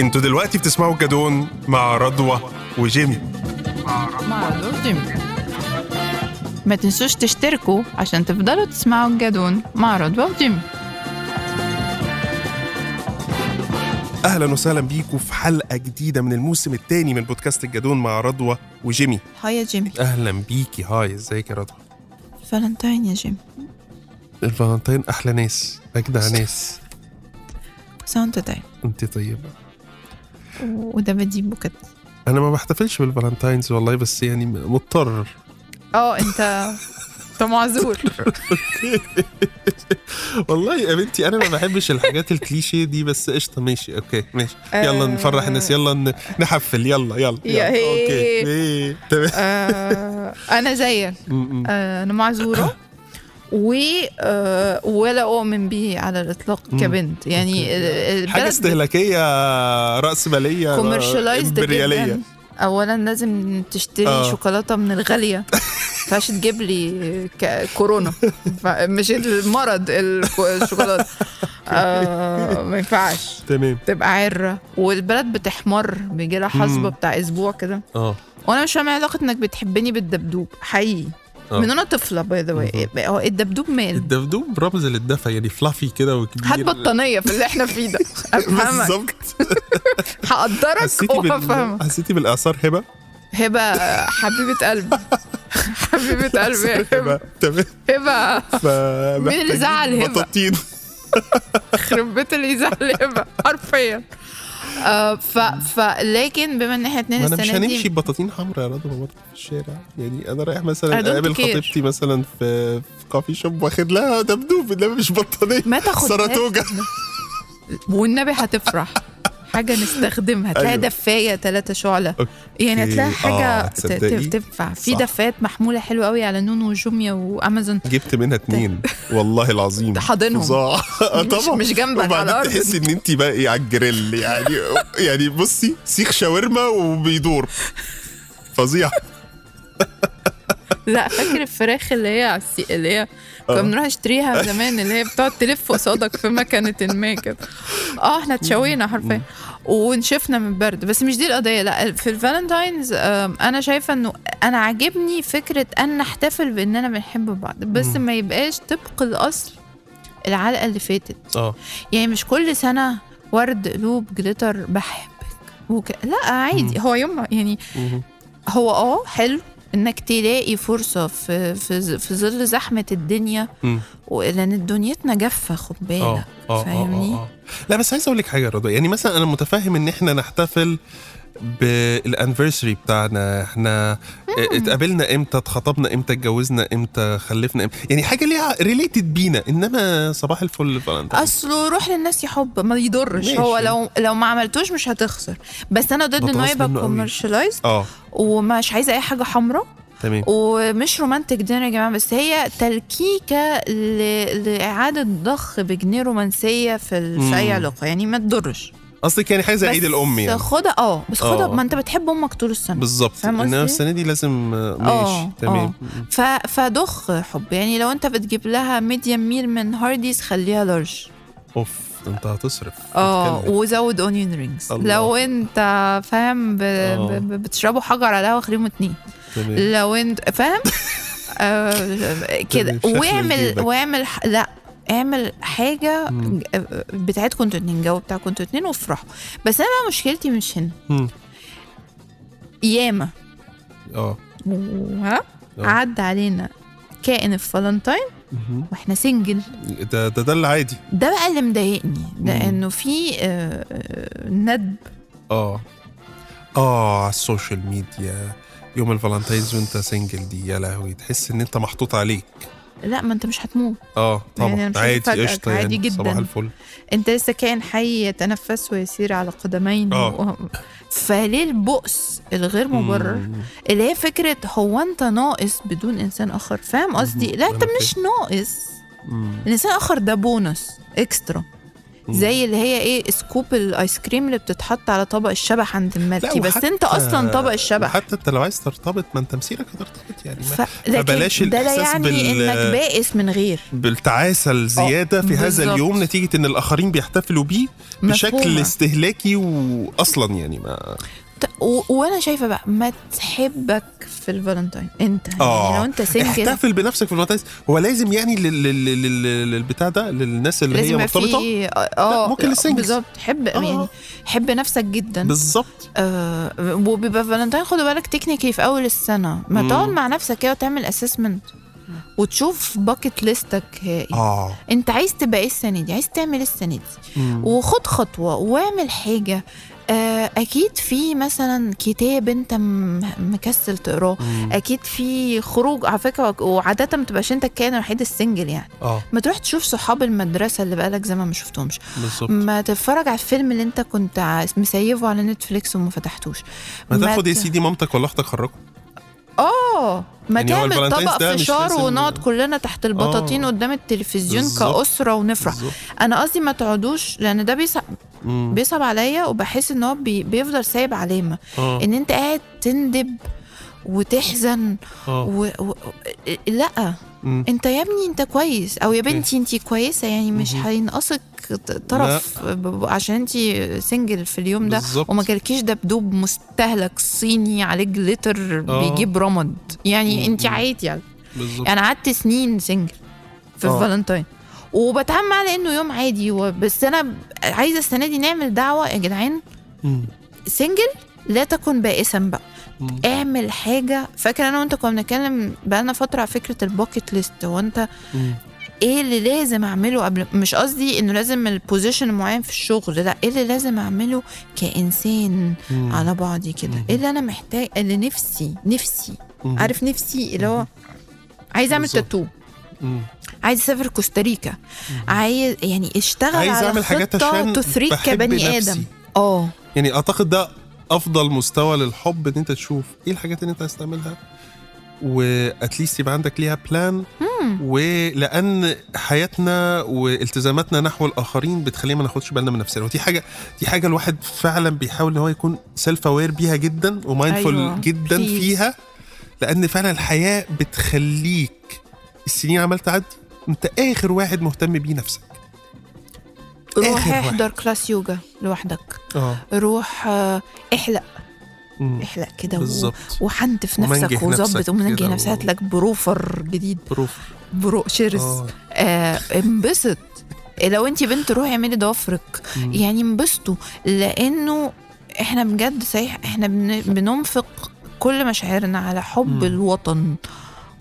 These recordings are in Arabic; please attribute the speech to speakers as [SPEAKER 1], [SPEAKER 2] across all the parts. [SPEAKER 1] انتوا دلوقتي بتسمعوا الجدون مع رضوى وجيمي
[SPEAKER 2] مع جيمي ما تنسوش تشتركوا عشان تفضلوا تسمعوا الجدون مع رضوى وجيمي
[SPEAKER 1] اهلا وسهلا بيكم في حلقه جديده من الموسم الثاني من بودكاست الجدون مع رضوى وجيمي
[SPEAKER 2] هاي يا جيمي
[SPEAKER 1] اهلا بيكي هاي ازيك يا رضوى
[SPEAKER 2] فالنتين يا جيمي
[SPEAKER 1] الفالنتين احلى ناس اجدع ناس
[SPEAKER 2] ساوند تايم
[SPEAKER 1] انت طيبه
[SPEAKER 2] وده بديب بوكت
[SPEAKER 1] انا ما بحتفلش بالفالنتاينز والله بس يعني مضطر
[SPEAKER 2] اه انت انت معذور
[SPEAKER 1] والله يا بنتي انا ما بحبش الحاجات الكليشيه دي بس قشطه ماشي اوكي ماشي يلا نفرح الناس يلا ن- نحفل يلا يلا, يلا.
[SPEAKER 2] آه. يا هي.
[SPEAKER 1] اوكي إيه. تمام
[SPEAKER 2] آه، انا زيك
[SPEAKER 1] م- م.
[SPEAKER 2] آه، انا معذوره و آه، ولا اؤمن به على الاطلاق كبنت يعني ال- البلد
[SPEAKER 1] حاجه استهلاكيه راسماليه
[SPEAKER 2] كوميرشالايزد
[SPEAKER 1] امبرياليه
[SPEAKER 2] جدا اولا لازم تشتري
[SPEAKER 1] آه.
[SPEAKER 2] آه. شوكولاته من الغاليه فاش تجيب لي ك- كورونا ف- مش المرض الكو- الشوكولاته آه ما ينفعش
[SPEAKER 1] تمام
[SPEAKER 2] تبقى عره والبلد بتحمر بيجيلها حصبه
[SPEAKER 1] مم.
[SPEAKER 2] بتاع اسبوع كده
[SPEAKER 1] اه
[SPEAKER 2] وانا مش فاهمه إيه علاقه انك بتحبني بالدبدوب حقيقي
[SPEAKER 1] آه.
[SPEAKER 2] من وانا طفله باي ذا واي هو الدبدوب مال
[SPEAKER 1] الدبدوب رمز للدفى يعني فلافي كده وكبير
[SPEAKER 2] هات بطانيه في اللي احنا فيه ده افهمك
[SPEAKER 1] بالظبط
[SPEAKER 2] هقدرك
[SPEAKER 1] حسيتي
[SPEAKER 2] وهفهمك
[SPEAKER 1] بال... حسيتي بالاثار هبه
[SPEAKER 2] هبه حبيبه قلب حبيبه قلب يا
[SPEAKER 1] هبه
[SPEAKER 2] هبه
[SPEAKER 1] تمام
[SPEAKER 2] هبه
[SPEAKER 1] ف
[SPEAKER 2] مين اللي زعل هبة؟
[SPEAKER 1] بطاطين
[SPEAKER 2] خرب بيت اللي يزعل هبه حرفيا آه، ف ف لكن بما ان احنا اتنين
[SPEAKER 1] ما انا مش
[SPEAKER 2] السنه
[SPEAKER 1] هنمشي
[SPEAKER 2] دي
[SPEAKER 1] ببطاطين حمراء يا رضوى برضه في الشارع يعني انا رايح مثلا
[SPEAKER 2] I don't
[SPEAKER 1] اقابل
[SPEAKER 2] care.
[SPEAKER 1] خطيبتي مثلا في في كافي شوب واخد لها دبدوب انما مش بطانيه
[SPEAKER 2] ما تاخدهاش.
[SPEAKER 1] سراتوجا
[SPEAKER 2] والنبي هتفرح حاجه نستخدمها هتلاقي
[SPEAKER 1] أيوه.
[SPEAKER 2] دفايه ثلاثة شعله
[SPEAKER 1] أوكي.
[SPEAKER 2] يعني هتلاقي
[SPEAKER 1] آه،
[SPEAKER 2] حاجه ت- ت-
[SPEAKER 1] تصدقي؟
[SPEAKER 2] تنفع في
[SPEAKER 1] صح.
[SPEAKER 2] دفايات محموله حلوه قوي على نون وجوميا وامازون
[SPEAKER 1] جبت منها اتنين والله العظيم
[SPEAKER 2] حاضنهم.
[SPEAKER 1] فظاع آه،
[SPEAKER 2] مش-
[SPEAKER 1] طبعا
[SPEAKER 2] مش جنبك على
[SPEAKER 1] وبعدين
[SPEAKER 2] الأرض.
[SPEAKER 1] تحسي ان انت بقى ايه على الجريل يعني يعني بصي سيخ شاورما وبيدور فظيع
[SPEAKER 2] لا فاكر الفراخ اللي هي على السي- اللي هي كنا بنروح نشتريها زمان اللي هي بتقعد تلف قصادك في مكنه ما كده اه احنا اتشوينا حرفيا ونشفنا من البرد بس مش دي القضيه لا في الفالنتاينز آم، انا شايفه انه انا عاجبني فكره ان نحتفل باننا بنحب بعض بس ما يبقاش طبق الاصل العلقه اللي فاتت
[SPEAKER 1] اه
[SPEAKER 2] يعني مش كل سنه ورد قلوب جليتر بحبك وك... لا عادي هو يوم يعني هو اه حلو انك تلاقي فرصه في في ز- في ظل زحمه الدنيا
[SPEAKER 1] مم.
[SPEAKER 2] و- لان دنيتنا جافه خد بالك إيه، فاهمني
[SPEAKER 1] آه. لا بس عايز اقول لك حاجه يا رضوى يعني مثلا انا متفاهم ان احنا نحتفل بالانفرسري بتاعنا احنا اتقابلنا امتى اتخطبنا امتى اتجوزنا امتى خلفنا امتى يعني حاجه ليها ريليتد بينا انما صباح الفل فالنتاين
[SPEAKER 2] اصله روح للناس يحب ما يضرش
[SPEAKER 1] آه. ماشي.
[SPEAKER 2] هو لو لو ما عملتوش مش هتخسر بس انا ضد انه
[SPEAKER 1] بتغاظ
[SPEAKER 2] يبقى
[SPEAKER 1] منه قوي.
[SPEAKER 2] كوميرشالايز
[SPEAKER 1] اه
[SPEAKER 2] ومش عايزه اي حاجه حمراء
[SPEAKER 1] تمام
[SPEAKER 2] ومش رومانتك دينر يا جماعه بس هي تلكيكه ل... لاعاده ضخ بجنيه رومانسيه في ال... في اي
[SPEAKER 1] مم.
[SPEAKER 2] علاقه يعني ما تضرش
[SPEAKER 1] قصدك يعني حاجه زي عيد الام يعني
[SPEAKER 2] خدها اه بس خدها
[SPEAKER 1] آه.
[SPEAKER 2] ما انت بتحب امك طول السنه
[SPEAKER 1] بالظبط
[SPEAKER 2] فاهم
[SPEAKER 1] انما
[SPEAKER 2] قصدي؟
[SPEAKER 1] السنه دي لازم آه،
[SPEAKER 2] آه،
[SPEAKER 1] ماشي تمام
[SPEAKER 2] ف... فضخ حب يعني لو انت بتجيب لها ميديم ميل من هارديز خليها لارج
[SPEAKER 1] اوف انت هتصرف
[SPEAKER 2] اه
[SPEAKER 1] بتكلم.
[SPEAKER 2] وزود اونيون رينجز
[SPEAKER 1] الله.
[SPEAKER 2] لو انت فاهم ب...
[SPEAKER 1] آه.
[SPEAKER 2] ب... ب- بتشربوا حجر على القهوه خليهم اتنين
[SPEAKER 1] تمام
[SPEAKER 2] لو انت فاهم آه كده
[SPEAKER 1] شكل
[SPEAKER 2] واعمل
[SPEAKER 1] جيبك.
[SPEAKER 2] واعمل ح- لا اعمل حاجه
[SPEAKER 1] مم.
[SPEAKER 2] ج- آه، بتاعتكم انتوا اتنين جو بتاعكم انتوا اتنين وافرحوا بس انا بقى مشكلتي مش هنا
[SPEAKER 1] مم.
[SPEAKER 2] ياما
[SPEAKER 1] اه
[SPEAKER 2] ها
[SPEAKER 1] آه.
[SPEAKER 2] عدى علينا كائن الفالنتاين
[SPEAKER 1] مهم.
[SPEAKER 2] واحنا سنجل
[SPEAKER 1] ده ده ده العادي
[SPEAKER 2] ده بقى اللي مضايقني ده
[SPEAKER 1] مم.
[SPEAKER 2] انه في آه، آه، ندب
[SPEAKER 1] اه اه على السوشيال ميديا يوم الفالنتاينز وانت سنجل دي يا لهوي تحس ان انت محطوط عليك
[SPEAKER 2] لا ما انت مش هتموت
[SPEAKER 1] اه طبعا
[SPEAKER 2] يعني أنا مش
[SPEAKER 1] عادي
[SPEAKER 2] هفاجئك،
[SPEAKER 1] قشطه
[SPEAKER 2] عادي
[SPEAKER 1] يعني
[SPEAKER 2] جداً.
[SPEAKER 1] صباح الفل
[SPEAKER 2] انت لسه كائن حي يتنفس ويسير على قدمين
[SPEAKER 1] آه.
[SPEAKER 2] و... فليه البؤس الغير مبرر
[SPEAKER 1] مم.
[SPEAKER 2] اللي هي فكره هو انت ناقص بدون انسان اخر فاهم قصدي
[SPEAKER 1] مم.
[SPEAKER 2] لا انت
[SPEAKER 1] أنا
[SPEAKER 2] مش ناقص
[SPEAKER 1] مم.
[SPEAKER 2] الانسان الاخر ده بونص اكسترا زي اللي هي ايه سكوب الايس كريم اللي بتتحط على طبق الشبح عند المالتي بس انت اصلا طبق الشبح
[SPEAKER 1] حتى انت لو عايز ترتبط ما انت مسيرك هترتبط يعني ما
[SPEAKER 2] ف... لكن
[SPEAKER 1] فبلاش
[SPEAKER 2] ده لا
[SPEAKER 1] الإحساس
[SPEAKER 2] يعني
[SPEAKER 1] بال-
[SPEAKER 2] انك بائس من غير
[SPEAKER 1] بالتعاسه الزياده في هذا
[SPEAKER 2] آه، بالظبط.
[SPEAKER 1] اليوم نتيجه ان الاخرين بيحتفلوا بيه بشكل
[SPEAKER 2] مفهومة.
[SPEAKER 1] استهلاكي واصلا يعني ما
[SPEAKER 2] ت- و... وانا شايفه بقى ما تحبك في الفالنتاين انت يعني لو انت سنجل
[SPEAKER 1] آه. احتفل بنفسك في الوقت هو لازم يعني لل- لل- لل- لل- للبتاع ده للناس اللي هي
[SPEAKER 2] لازم يبقى
[SPEAKER 1] مرتبطه
[SPEAKER 2] في اه
[SPEAKER 1] لا، ممكن للسنجلز.
[SPEAKER 2] بالظبط حب
[SPEAKER 1] آه.
[SPEAKER 2] يعني حب نفسك جدا
[SPEAKER 1] بالظبط
[SPEAKER 2] آه وبيبقى فالنتاين خد بالك تكنيكلي في اول السنه ما
[SPEAKER 1] مم.
[SPEAKER 2] تقعد مع نفسك كده وتعمل اسسمنت وتشوف باكت ليستك هي إيه.
[SPEAKER 1] اه
[SPEAKER 2] انت عايز تبقى ايه السنه دي عايز تعمل ايه السنه دي
[SPEAKER 1] مم.
[SPEAKER 2] وخد خطوه واعمل حاجه آه، اكيد في مثلا كتاب انت م- مكسل تقراه
[SPEAKER 1] مم.
[SPEAKER 2] اكيد في خروج على فكره وعاده ما بتبقاش انت الكائن الوحيد السنجل يعني
[SPEAKER 1] اه
[SPEAKER 2] ما تروح تشوف صحاب المدرسه اللي بقالك زمان ما شفتهمش
[SPEAKER 1] بالظبط
[SPEAKER 2] ما تتفرج على الفيلم اللي انت كنت ع- مسيفه على نتفليكس وما فتحتوش
[SPEAKER 1] ما تاخد
[SPEAKER 2] ت-
[SPEAKER 1] يا سيدي مامتك ولا اختك خرجوا
[SPEAKER 2] اه ما
[SPEAKER 1] يعني هو
[SPEAKER 2] تعمل
[SPEAKER 1] الفالنتاينز
[SPEAKER 2] طبق
[SPEAKER 1] ده مش
[SPEAKER 2] فشار
[SPEAKER 1] لازم- آه.
[SPEAKER 2] ونقعد كلنا تحت البطاطين قدام التلفزيون
[SPEAKER 1] بالظبط.
[SPEAKER 2] كأسرة ونفرح
[SPEAKER 1] بالظبط.
[SPEAKER 2] انا قصدي ما تقعدوش لان ده بيصعب
[SPEAKER 1] مم.
[SPEAKER 2] بيصعب عليا وبحس ان هو بي بيفضل سايب علامه
[SPEAKER 1] اه
[SPEAKER 2] ان انت قاعد تندب وتحزن
[SPEAKER 1] اه
[SPEAKER 2] و... و... لا
[SPEAKER 1] مم.
[SPEAKER 2] انت يا ابني انت كويس او يا بنتي انت كويسه يعني مش
[SPEAKER 1] مهم.
[SPEAKER 2] هينقصك ط- طرف ب- ب- عشان انت سنجل في اليوم ده
[SPEAKER 1] بالظبط.
[SPEAKER 2] وما جالكيش دبدوب مستهلك صيني عليه جليتر
[SPEAKER 1] آه.
[SPEAKER 2] بيجيب رمد يعني انت
[SPEAKER 1] مهم.
[SPEAKER 2] عادي يعني
[SPEAKER 1] بالظبط
[SPEAKER 2] انا قعدت سنين سنجل في
[SPEAKER 1] اه.
[SPEAKER 2] الفالنتاين وبتعامل على انه يوم عادي و- بس انا ب- عايزه السنه دي نعمل دعوه يا جدعان
[SPEAKER 1] مم.
[SPEAKER 2] سنجل لا تكن بائسا بقى
[SPEAKER 1] مم.
[SPEAKER 2] اعمل حاجه فاكر انا وانت كنا بنتكلم بقالنا فتره على فكره الباكت ليست هو انت
[SPEAKER 1] مم.
[SPEAKER 2] ايه اللي لازم اعمله قبل مش قصدي انه لازم البوزيشن المعين في الشغل لا ايه اللي لازم اعمله كانسان
[SPEAKER 1] مم.
[SPEAKER 2] على بعضي كده
[SPEAKER 1] مم.
[SPEAKER 2] ايه اللي انا محتاج اللي نفسي نفسي
[SPEAKER 1] مم.
[SPEAKER 2] عارف نفسي اللي هو عايز اعمل
[SPEAKER 1] بالظبط.
[SPEAKER 2] تاتو
[SPEAKER 1] مم.
[SPEAKER 2] عايز اسافر كوستاريكا عايز يعني اشتغل
[SPEAKER 1] عايز
[SPEAKER 2] على
[SPEAKER 1] اعمل حاجات
[SPEAKER 2] خطة
[SPEAKER 1] عشان
[SPEAKER 2] تثريك
[SPEAKER 1] بحب
[SPEAKER 2] كبني
[SPEAKER 1] نفسي.
[SPEAKER 2] ادم اه
[SPEAKER 1] يعني اعتقد ده افضل مستوى للحب ان انت تشوف ايه الحاجات اللي انت عايز تعملها واتليست يبقى عندك ليها بلان ولان حياتنا والتزاماتنا نحو الاخرين بتخلينا ما ناخدش بالنا من نفسنا ودي حاجه دي حاجه الواحد فعلا بيحاول ان هو يكون سيلف اوير بيها جدا ومايندفول
[SPEAKER 2] أيوة.
[SPEAKER 1] أيوة. جدا
[SPEAKER 2] Please.
[SPEAKER 1] فيها لان فعلا الحياه بتخليك السنين عمال تعدي انت اخر واحد مهتم بيه نفسك
[SPEAKER 2] روح
[SPEAKER 1] آخر واحد.
[SPEAKER 2] احضر كلاس يوجا لوحدك
[SPEAKER 1] اه
[SPEAKER 2] روح آه، احلق احلق كده و...
[SPEAKER 1] بالظبط
[SPEAKER 2] وحنت في
[SPEAKER 1] ومنجح
[SPEAKER 2] نفسك وظبط
[SPEAKER 1] نفسك
[SPEAKER 2] ومنجي
[SPEAKER 1] كده
[SPEAKER 2] نفسك
[SPEAKER 1] و-
[SPEAKER 2] هات لك بروفر جديد
[SPEAKER 1] بروف
[SPEAKER 2] برو شرس
[SPEAKER 1] اه
[SPEAKER 2] آه، انبسط لو انت بنت روحي اعملي ضوافرك
[SPEAKER 1] مم.
[SPEAKER 2] يعني انبسطوا لانه احنا بجد صحيح احنا بن- بننفق كل مشاعرنا على حب
[SPEAKER 1] مم.
[SPEAKER 2] الوطن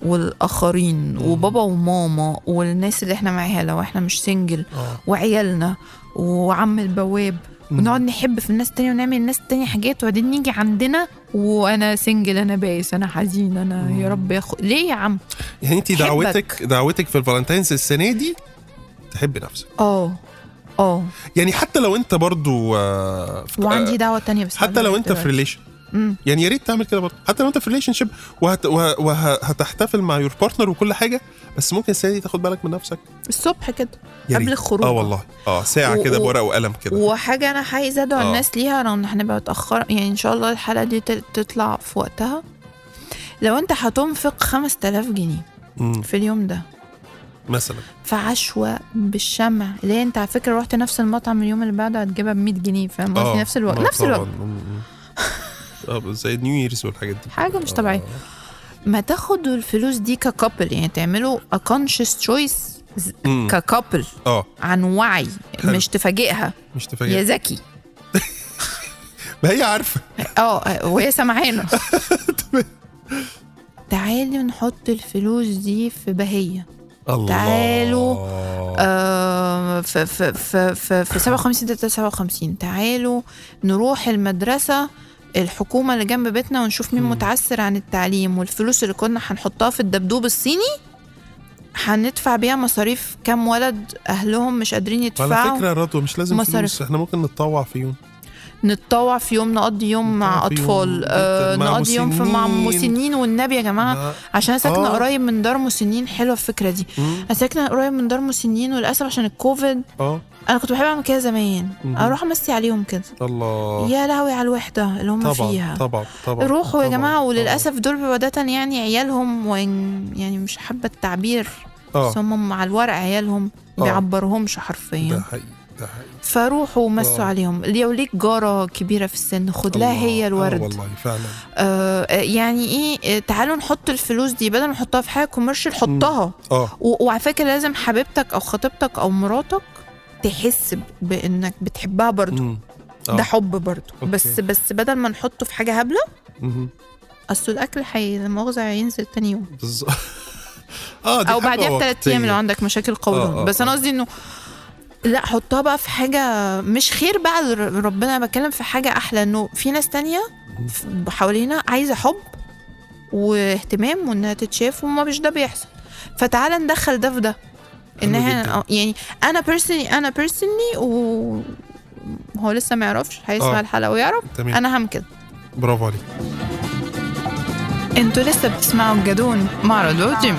[SPEAKER 2] والاخرين وبابا وماما والناس اللي احنا معاها لو احنا مش سنجل
[SPEAKER 1] اه
[SPEAKER 2] وعيالنا وعم البواب
[SPEAKER 1] مم.
[SPEAKER 2] ونقعد نحب في الناس تانية ونعمل الناس تانية حاجات وبعدين نيجي عندنا وانا سنجل انا بائس انا حزين انا يا رب ياخد ليه يا عم
[SPEAKER 1] يعني انت
[SPEAKER 2] أحبك.
[SPEAKER 1] دعوتك دعوتك في الفالنتاينز السنه دي تحب نفسك
[SPEAKER 2] اه اه
[SPEAKER 1] يعني حتى لو انت برضو آه، في-
[SPEAKER 2] وعندي
[SPEAKER 1] آه،
[SPEAKER 2] دعوه تانية بس
[SPEAKER 1] حتى لو انت في ريليشن
[SPEAKER 2] مم.
[SPEAKER 1] يعني يا ريت تعمل كده برضه حتى لو انت في ريليشن شيب وهتحتفل مع يور بارتنر وكل حاجه بس ممكن السنه دي تاخد بالك من نفسك
[SPEAKER 2] الصبح كده
[SPEAKER 1] يا
[SPEAKER 2] قبل
[SPEAKER 1] ريت.
[SPEAKER 2] الخروج
[SPEAKER 1] اه والله اه ساعه
[SPEAKER 2] و-
[SPEAKER 1] كده
[SPEAKER 2] و-
[SPEAKER 1] بورقه وقلم كده
[SPEAKER 2] وحاجه انا عايزه ادعو
[SPEAKER 1] آه.
[SPEAKER 2] الناس ليها لو ان احنا بقى اتاخر يعني ان شاء الله الحلقه دي تل- تطلع في وقتها لو انت هتنفق 5000 جنيه
[SPEAKER 1] مم،
[SPEAKER 2] في اليوم ده
[SPEAKER 1] مثلا
[SPEAKER 2] في عشوة بالشمع اللي انت على فكره رحت نفس المطعم اليوم اللي بعده هتجيبها ب 100 جنيه فاهم قصدي
[SPEAKER 1] آه.
[SPEAKER 2] نفس الوقت
[SPEAKER 1] ما
[SPEAKER 2] نفس
[SPEAKER 1] اه. طبعاً.
[SPEAKER 2] الوقت
[SPEAKER 1] مم، مم. اه زي نيو ييرز والحاجات دي
[SPEAKER 2] حاجه مش
[SPEAKER 1] آه.
[SPEAKER 2] طبيعيه ما تاخدوا الفلوس دي ككابل يعني تعملوا a conscious choice
[SPEAKER 1] مم.
[SPEAKER 2] ككابل
[SPEAKER 1] اه
[SPEAKER 2] عن وعي
[SPEAKER 1] حلو.
[SPEAKER 2] مش تفاجئها
[SPEAKER 1] مش
[SPEAKER 2] يا
[SPEAKER 1] تفاجئ
[SPEAKER 2] ذكي
[SPEAKER 1] ما هي عارفه
[SPEAKER 2] اه وهي سامعانا تعالي نحط الفلوس دي في بهيه
[SPEAKER 1] الله
[SPEAKER 2] تعالوا، آه، في في في في في 57 تلاتة 57 تعالوا نروح المدرسه الحكومه اللي جنب بيتنا ونشوف مين
[SPEAKER 1] مم.
[SPEAKER 2] متعثر عن التعليم والفلوس اللي كنا هنحطها في الدبدوب الصيني هندفع بيها مصاريف كام ولد اهلهم مش قادرين
[SPEAKER 1] على
[SPEAKER 2] يدفعوا
[SPEAKER 1] فكره يا رضوى مش لازم
[SPEAKER 2] مصاريف.
[SPEAKER 1] فلوس احنا ممكن نتطوع في يوم
[SPEAKER 2] نتطوع في يوم نقضي يوم مع
[SPEAKER 1] نتطوع في يوم
[SPEAKER 2] اطفال آه،
[SPEAKER 1] مع
[SPEAKER 2] نقضي يوم في مع
[SPEAKER 1] مسنين.
[SPEAKER 2] مسنين والنبي يا جماعه
[SPEAKER 1] لا.
[SPEAKER 2] عشان أنا ساكنه
[SPEAKER 1] آه.
[SPEAKER 2] قريب من دار مسنين حلوه الفكره دي
[SPEAKER 1] مم.
[SPEAKER 2] انا ساكنه قريب من دار مسنين وللاسف عشان الكوفيد
[SPEAKER 1] اه
[SPEAKER 2] انا كنت بحب اعمل كده زمان
[SPEAKER 1] مهم. آه.
[SPEAKER 2] اروح امسي عليهم كده
[SPEAKER 1] الله
[SPEAKER 2] يا لهوي على الوحده اللي هم
[SPEAKER 1] طبعا
[SPEAKER 2] فيها
[SPEAKER 1] طبعا طبعا
[SPEAKER 2] روحوا يا
[SPEAKER 1] طبعاً،
[SPEAKER 2] جماعه
[SPEAKER 1] طبعاً.
[SPEAKER 2] وللاسف دول عاده يعني عيالهم وإن يعني مش حابه التعبير بس
[SPEAKER 1] اه
[SPEAKER 2] هم على الورق عيالهم
[SPEAKER 1] آه.
[SPEAKER 2] بيعبرهمش
[SPEAKER 1] ده
[SPEAKER 2] حرفيا
[SPEAKER 1] حقيقي ده حقيقي
[SPEAKER 2] فروحوا
[SPEAKER 1] آه.
[SPEAKER 2] ومسوا عليهم لو ليك جاره كبيره في السن خد لها
[SPEAKER 1] الله.
[SPEAKER 2] هي
[SPEAKER 1] آه
[SPEAKER 2] الورد
[SPEAKER 1] والله فعلا
[SPEAKER 2] آه آه، يعني ايه آه، تعالوا نحط الفلوس دي بدل ما نحطها في حاجه كوميرشال حطها
[SPEAKER 1] اه
[SPEAKER 2] و- وعلى فكره لازم حبيبتك او خطيبتك او مراتك تحس بانك بتحبها برضو
[SPEAKER 1] مم. آه.
[SPEAKER 2] ده حب برضو
[SPEAKER 1] أوكي.
[SPEAKER 2] بس بس بدل ما نحطه في حاجه هبله
[SPEAKER 1] مهم.
[SPEAKER 2] اصل الاكل حي لما مؤاخذه هينزل تاني يوم
[SPEAKER 1] بالظبط اه دي
[SPEAKER 2] او
[SPEAKER 1] حاجة
[SPEAKER 2] بعديها بثلاث ايام لو
[SPEAKER 1] وقتية.
[SPEAKER 2] عندك مشاكل قولون
[SPEAKER 1] آه، آه،
[SPEAKER 2] بس انا
[SPEAKER 1] آه.
[SPEAKER 2] قصدي انه لا حطها بقى في حاجه مش خير بقى لربنا انا بتكلم في حاجه احلى انه في ناس تانية ف- حوالينا عايزه حب واهتمام وانها تتشاف وما مش ده بيحصل فتعالى ندخل ده في ده ان
[SPEAKER 1] حلو
[SPEAKER 2] احنا
[SPEAKER 1] جداً.
[SPEAKER 2] آه، يعني انا بيرسونلي انا بيرسونلي و هو لسه ما يعرفش هيسمع
[SPEAKER 1] آه.
[SPEAKER 2] الحلقه ويعرف
[SPEAKER 1] تمام
[SPEAKER 2] انا هعمل كده
[SPEAKER 1] برافو عليك
[SPEAKER 2] انتوا لسه بتسمعوا الجدون مع رضوى وجيم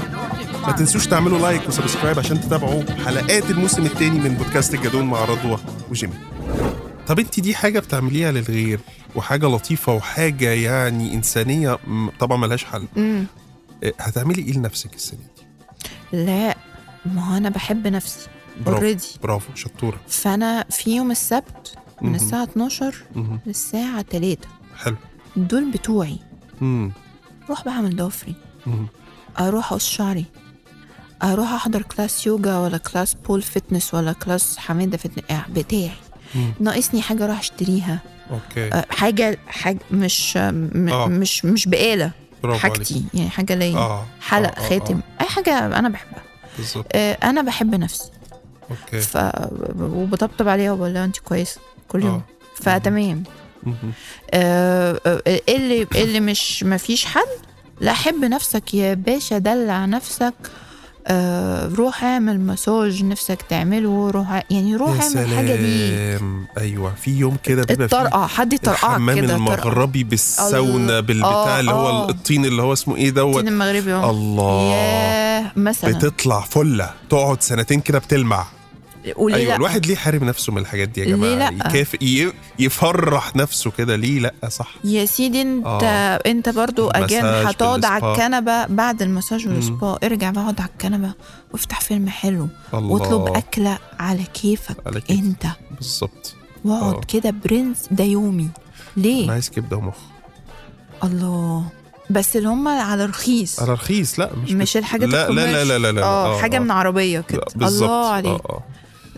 [SPEAKER 1] ما تنسوش تعملوا لايك وسبسكرايب عشان تتابعوا حلقات الموسم الثاني من بودكاست الجدون مع رضوى وجيمي طب انت دي حاجه بتعمليها للغير وحاجه لطيفه وحاجه يعني انسانيه م- طبعا ملهاش حل
[SPEAKER 2] امم
[SPEAKER 1] اه، هتعملي ايه لنفسك السنه دي
[SPEAKER 2] لا ما هو انا بحب نفسي
[SPEAKER 1] برافو
[SPEAKER 2] اوريدي
[SPEAKER 1] برافو شطوره
[SPEAKER 2] فانا في يوم السبت من
[SPEAKER 1] مهم.
[SPEAKER 2] الساعه 12
[SPEAKER 1] مهم.
[SPEAKER 2] للساعه 3
[SPEAKER 1] حلو
[SPEAKER 2] دول بتوعي
[SPEAKER 1] مم.
[SPEAKER 2] اروح بعمل ضفري
[SPEAKER 1] مم.
[SPEAKER 2] اروح اقص شعري اروح احضر كلاس يوجا ولا كلاس بول فتنس ولا كلاس حماده فتنس بتاعي
[SPEAKER 1] مم.
[SPEAKER 2] ناقصني حاجه اروح اشتريها
[SPEAKER 1] اوكي
[SPEAKER 2] أه، حاجه حاجه مش م-
[SPEAKER 1] آه.
[SPEAKER 2] مش مش بقاله
[SPEAKER 1] برافو عليك
[SPEAKER 2] حاجتي يعني حاجه ليا
[SPEAKER 1] اه
[SPEAKER 2] حلق
[SPEAKER 1] آه، آه،
[SPEAKER 2] خاتم اي حاجه انا بحبها
[SPEAKER 1] آه. بالظبط
[SPEAKER 2] أه، انا بحب نفسي
[SPEAKER 1] اوكي
[SPEAKER 2] ف وبطبطب عليها وبقول لها انت كويسه كل يوم
[SPEAKER 1] آه.
[SPEAKER 2] فتمام
[SPEAKER 1] مهم.
[SPEAKER 2] آه، آه، آه، اللي اللي مش مفيش حل لا حب نفسك يا باشا دلع نفسك آه، روح اعمل مساج نفسك تعمله روح ع- يعني روح
[SPEAKER 1] يا
[SPEAKER 2] اعمل الحاجه دي
[SPEAKER 1] سلام ايوه في يوم كده بيبقى فيه
[SPEAKER 2] الطرقه حد يطرقعك
[SPEAKER 1] الحمام
[SPEAKER 2] كده طرقه
[SPEAKER 1] المغربي بالساونا
[SPEAKER 2] الله.
[SPEAKER 1] بالبتاع
[SPEAKER 2] آه،
[SPEAKER 1] اللي هو
[SPEAKER 2] آه.
[SPEAKER 1] الطين اللي هو اسمه ايه
[SPEAKER 2] الدين
[SPEAKER 1] دوت
[SPEAKER 2] المغربي اهو
[SPEAKER 1] الله
[SPEAKER 2] ياه مثلا
[SPEAKER 1] بتطلع فله تقعد سنتين كده بتلمع
[SPEAKER 2] وليه
[SPEAKER 1] ايوه
[SPEAKER 2] لأ؟
[SPEAKER 1] الواحد ليه يحارب نفسه من الحاجات دي يا
[SPEAKER 2] ليه
[SPEAKER 1] جماعه
[SPEAKER 2] لأ؟
[SPEAKER 1] يكافئ ي- يفرح نفسه كده ليه لا صح
[SPEAKER 2] يا سيدي انت
[SPEAKER 1] آه.
[SPEAKER 2] آه. انت برضو اجان
[SPEAKER 1] المساج
[SPEAKER 2] هتقعد على
[SPEAKER 1] والسبا.
[SPEAKER 2] الكنبه بعد المساج
[SPEAKER 1] مم.
[SPEAKER 2] والسبا ارجع بقى اقعد على الكنبه وافتح فيلم حلو
[SPEAKER 1] الله
[SPEAKER 2] واطلب اكله على كيفك
[SPEAKER 1] على كيفك.
[SPEAKER 2] انت
[SPEAKER 1] بالظبط آه.
[SPEAKER 2] واقعد كده برنس ده يومي ليه
[SPEAKER 1] انا عايز كبده ومخ
[SPEAKER 2] الله بس اللي هم على رخيص
[SPEAKER 1] على رخيص لا مش
[SPEAKER 2] مش الحاجات
[SPEAKER 1] لا لا لا
[SPEAKER 2] الكوميرش.
[SPEAKER 1] لا لا لا
[SPEAKER 2] اه
[SPEAKER 1] آه،
[SPEAKER 2] حاجه
[SPEAKER 1] آه.
[SPEAKER 2] من عربيه كده
[SPEAKER 1] لا، بالظبط
[SPEAKER 2] الله عليك
[SPEAKER 1] آه، آه.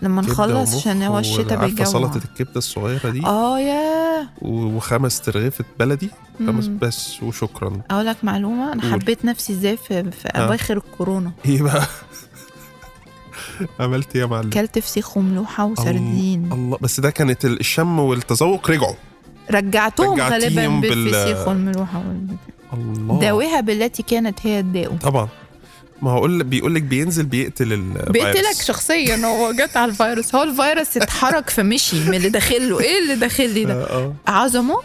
[SPEAKER 2] لما
[SPEAKER 1] كبدة
[SPEAKER 2] نخلص
[SPEAKER 1] ومخ
[SPEAKER 2] عشان هو الشتاء
[SPEAKER 1] وعارفة
[SPEAKER 2] بيجوع
[SPEAKER 1] سلطه الكبده الصغيره دي
[SPEAKER 2] اه يا
[SPEAKER 1] و- وخمس ترغيفه بلدي خمس
[SPEAKER 2] مم.
[SPEAKER 1] بس وشكرا
[SPEAKER 2] اقول لك معلومه انا
[SPEAKER 1] قول.
[SPEAKER 2] حبيت نفسي ازاي في, في
[SPEAKER 1] آه.
[SPEAKER 2] اواخر الكورونا
[SPEAKER 1] ايه بقى عملت ايه يا معلم
[SPEAKER 2] كلت فسيخ وملوحه وسردين
[SPEAKER 1] الله بس ده كانت ال- الشم والتزوق رجعوا
[SPEAKER 2] رجعتهم غالبا
[SPEAKER 1] رجعتيهم بال-
[SPEAKER 2] بالفسيخ والملوحه وال...
[SPEAKER 1] الله
[SPEAKER 2] داويها بالتي كانت هي الداء
[SPEAKER 1] طبعا ما هو قول بيقول لك بينزل بيقتل ال
[SPEAKER 2] بيقتلك شخصيا هو جت على الفيروس هو الفيروس اتحرك فمشي من اللي داخل له ايه اللي داخل لي ده
[SPEAKER 1] اه
[SPEAKER 2] عظمه آه.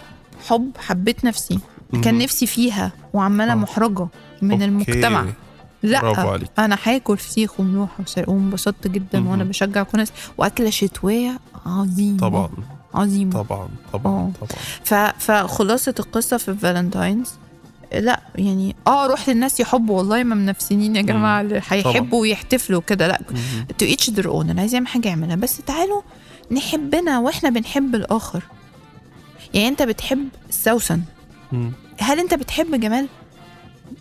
[SPEAKER 2] حب حبيت نفسي كان
[SPEAKER 1] مم.
[SPEAKER 2] نفسي فيها وعماله
[SPEAKER 1] آه.
[SPEAKER 2] محرجه من
[SPEAKER 1] أوكي.
[SPEAKER 2] المجتمع
[SPEAKER 1] برافو
[SPEAKER 2] لا
[SPEAKER 1] عليك.
[SPEAKER 2] انا هاكل فسيخ وملوحه وسر- وانبسطت جدا
[SPEAKER 1] مهم.
[SPEAKER 2] وانا بشجع كل الناس واكله شتويه عظيمه
[SPEAKER 1] طبعا
[SPEAKER 2] عظيمه
[SPEAKER 1] طبعا طبعا
[SPEAKER 2] آه.
[SPEAKER 1] طبعا
[SPEAKER 2] ف... فخلاصه القصه في الفالنتاينز لا يعني اه روح للناس يحبوا والله ما منفسنين يا جماعه اللي هيحبوا ويحتفلوا كده لا
[SPEAKER 1] مهم.
[SPEAKER 2] تو ايتش ذير اون انا عايز اعمل حاجه اعملها بس تعالوا نحبنا واحنا بنحب الاخر يعني انت بتحب السوسن
[SPEAKER 1] مم.
[SPEAKER 2] هل انت بتحب جمال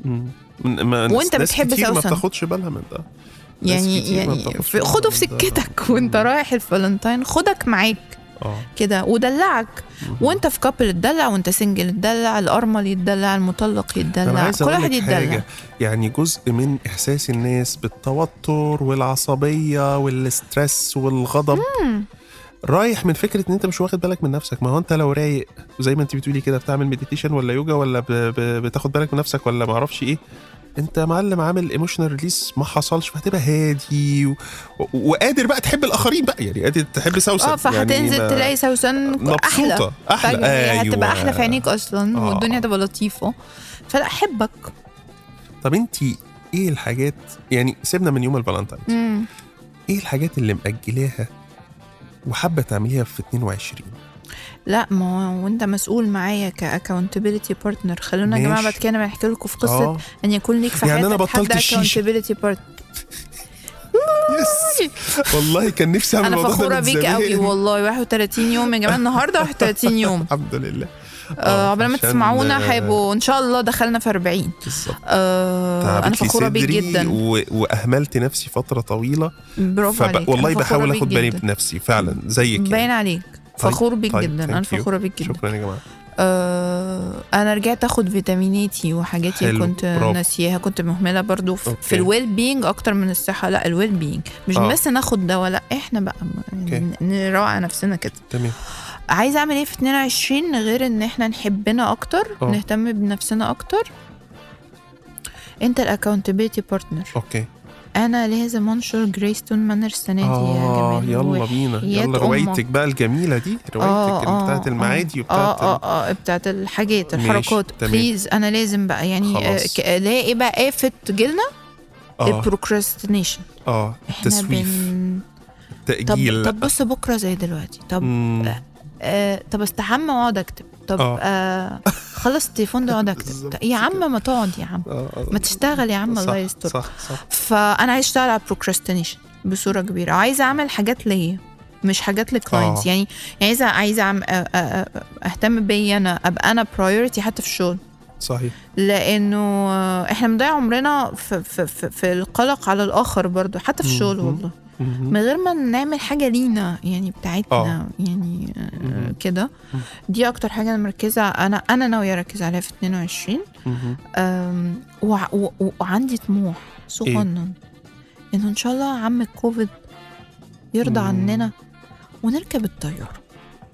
[SPEAKER 1] مم. من- ما
[SPEAKER 2] وأنت
[SPEAKER 1] ناس
[SPEAKER 2] بتحب
[SPEAKER 1] كتير ما
[SPEAKER 2] سوسن.
[SPEAKER 1] بتاخدش بالها من ده ناس
[SPEAKER 2] يعني
[SPEAKER 1] كتير ما
[SPEAKER 2] يعني
[SPEAKER 1] بتاخدش
[SPEAKER 2] في- خده في
[SPEAKER 1] بالها من ده.
[SPEAKER 2] سكتك وانت رايح الفالنتاين خدك معاك
[SPEAKER 1] اه
[SPEAKER 2] كده ودلعك
[SPEAKER 1] مهم.
[SPEAKER 2] وانت في كابل اتدلع وانت سنجل اتدلع الارمل يتدلع المطلق
[SPEAKER 1] انا
[SPEAKER 2] يتدلع
[SPEAKER 1] عايز
[SPEAKER 2] كل
[SPEAKER 1] اقول
[SPEAKER 2] واحد
[SPEAKER 1] لك
[SPEAKER 2] يتدلع
[SPEAKER 1] حاجه يعني جزء من احساس الناس بالتوتر والعصبيه والستريس والغضب رايح من فكره ان انت مش واخد بالك من نفسك ما هو انت لو رايق زي ما انت بتقولي كده بتعمل مديتيشن ولا يوجا ولا ب... ب... بتاخد بالك من نفسك ولا ما اعرفش ايه انت يا معلم عامل ايموشنال ريليس ما حصلش فهتبقى هادي و... و... وقادر بقى تحب الاخرين بقى يعني قادر تحب سوسن
[SPEAKER 2] اه فهتنزل
[SPEAKER 1] يعني ما-
[SPEAKER 2] تلاقي سوسن احلى
[SPEAKER 1] مبسوطة احلى
[SPEAKER 2] فجأة هي هتبقى
[SPEAKER 1] أيوة.
[SPEAKER 2] احلى في عينيك اصلا
[SPEAKER 1] آه.
[SPEAKER 2] والدنيا هتبقى لطيفه فلا احبك
[SPEAKER 1] طب انت ايه الحاجات يعني سيبنا من يوم الفالنتين
[SPEAKER 2] مم.
[SPEAKER 1] ايه الحاجات اللي مأجلاها وحابه تعمليها في 22
[SPEAKER 2] لا ما هو وانت مسؤول معايا كاكونتبيلتي بارتنر خلونا يا جماعه
[SPEAKER 1] ماشي.
[SPEAKER 2] بعد كده انا بحكي لكم في قصه
[SPEAKER 1] اه
[SPEAKER 2] ان يكون ليك في
[SPEAKER 1] يعني أنا
[SPEAKER 2] حياتك
[SPEAKER 1] بطلت
[SPEAKER 2] حد
[SPEAKER 1] الشيشة.
[SPEAKER 2] accountability partner.
[SPEAKER 1] يس والله كان نفسي اعمل
[SPEAKER 2] انا
[SPEAKER 1] الموضوع ده
[SPEAKER 2] فخوره
[SPEAKER 1] من
[SPEAKER 2] بيك
[SPEAKER 1] زمان.
[SPEAKER 2] قوي والله 31 يوم يا جماعه النهارده 31 يوم
[SPEAKER 1] الحمد لله
[SPEAKER 2] آه، قبل ما
[SPEAKER 1] عشان-
[SPEAKER 2] تسمعونا هيبقوا ان شاء الله دخلنا في 40
[SPEAKER 1] بالظبط
[SPEAKER 2] آه، انا
[SPEAKER 1] تعبت لي
[SPEAKER 2] فخوره بيك
[SPEAKER 1] صدري
[SPEAKER 2] جدا
[SPEAKER 1] و... واهملت نفسي فتره طويله
[SPEAKER 2] برافو عليك أنا
[SPEAKER 1] والله
[SPEAKER 2] فخورة
[SPEAKER 1] بحاول
[SPEAKER 2] بيك
[SPEAKER 1] اخد بالي
[SPEAKER 2] جدا.
[SPEAKER 1] بنفسي فعلا زيك
[SPEAKER 2] باين
[SPEAKER 1] يعني.
[SPEAKER 2] عليك فخور بيك
[SPEAKER 1] طيب،
[SPEAKER 2] جدا انا
[SPEAKER 1] thank you.
[SPEAKER 2] فخوره بيك جدا
[SPEAKER 1] شكرا يا جماعه
[SPEAKER 2] آه انا رجعت اخد فيتاميناتي وحاجاتي
[SPEAKER 1] حلو،
[SPEAKER 2] اللي كنت
[SPEAKER 1] برافو.
[SPEAKER 2] ناسياها كنت مهمله برضو في,
[SPEAKER 1] أوكي.
[SPEAKER 2] في الويل بينج اكتر من الصحه لا الويل بينج مش
[SPEAKER 1] آه.
[SPEAKER 2] بس ناخد دواء لا احنا بقى
[SPEAKER 1] أوكي.
[SPEAKER 2] ن- نروع نفسنا كده
[SPEAKER 1] تمام
[SPEAKER 2] عايزه اعمل ايه في 22 غير ان احنا نحبنا اكتر
[SPEAKER 1] آه.
[SPEAKER 2] نهتم بنفسنا اكتر انت الاكونتبيلتي بارتنر
[SPEAKER 1] اوكي
[SPEAKER 2] انا لازم انشر جريستون مانر السنه دي
[SPEAKER 1] اه
[SPEAKER 2] يا جماعه
[SPEAKER 1] يلا بينا
[SPEAKER 2] وحياة
[SPEAKER 1] يلا روايتك
[SPEAKER 2] أمك.
[SPEAKER 1] بقى الجميله دي روايتك اللي
[SPEAKER 2] آه،
[SPEAKER 1] بتاعت
[SPEAKER 2] آه،
[SPEAKER 1] المعادي
[SPEAKER 2] اه
[SPEAKER 1] وبتاعت ال- آه.
[SPEAKER 2] اه اه بتاعت الحاجات
[SPEAKER 1] ماشي،
[SPEAKER 2] الحركات
[SPEAKER 1] تمام.
[SPEAKER 2] بليز انا لازم بقى يعني آه،
[SPEAKER 1] خلاص.
[SPEAKER 2] ك- الاقي بقى إيه آفة جيلنا آه.
[SPEAKER 1] اه
[SPEAKER 2] البروكراستينيشن
[SPEAKER 1] اه
[SPEAKER 2] احنا
[SPEAKER 1] التسويف
[SPEAKER 2] بن...
[SPEAKER 1] التاجيل
[SPEAKER 2] طب طب بص بكره زي دلوقتي طب
[SPEAKER 1] مم،
[SPEAKER 2] آه طب استحمى واقعد اكتب طب
[SPEAKER 1] آه.
[SPEAKER 2] آه خلص التليفون ده اقعد اكتب
[SPEAKER 1] بالظبط
[SPEAKER 2] طب يا عم ما تقعد يا عم
[SPEAKER 1] آه، آه.
[SPEAKER 2] ما تشتغل يا عم الله
[SPEAKER 1] صح،
[SPEAKER 2] يستر
[SPEAKER 1] صح صح
[SPEAKER 2] فانا عايز اشتغل على البروكراستينيشن بصوره كبيره عايزه اعمل حاجات ليا مش حاجات للكلاينتس
[SPEAKER 1] آه.
[SPEAKER 2] يعني يعني عايزه عايزه أعم- أ- أ- أ- اهتم آه، بيا انا ابقى انا برايورتي حتى في الشغل
[SPEAKER 1] صحيح
[SPEAKER 2] لانه آه، احنا بنضيع عمرنا في, في, في, في القلق على الاخر برضو حتى في الشغل
[SPEAKER 1] مهم.
[SPEAKER 2] والله
[SPEAKER 1] مهم.
[SPEAKER 2] من غير ما نعمل حاجه لينا يعني بتاعتنا
[SPEAKER 1] آه.
[SPEAKER 2] يعني آه،
[SPEAKER 1] مهم.
[SPEAKER 2] كده
[SPEAKER 1] مهم.
[SPEAKER 2] دي اكتر حاجه انا مركزه انا انا ناويه اركز عليها في 22
[SPEAKER 1] مهم.
[SPEAKER 2] أم، وع- و- و- وعندي طموح صغنن انه ان شاء الله عم الكوفيد يرضى
[SPEAKER 1] إيه؟ مم.
[SPEAKER 2] عننا ونركب الطياره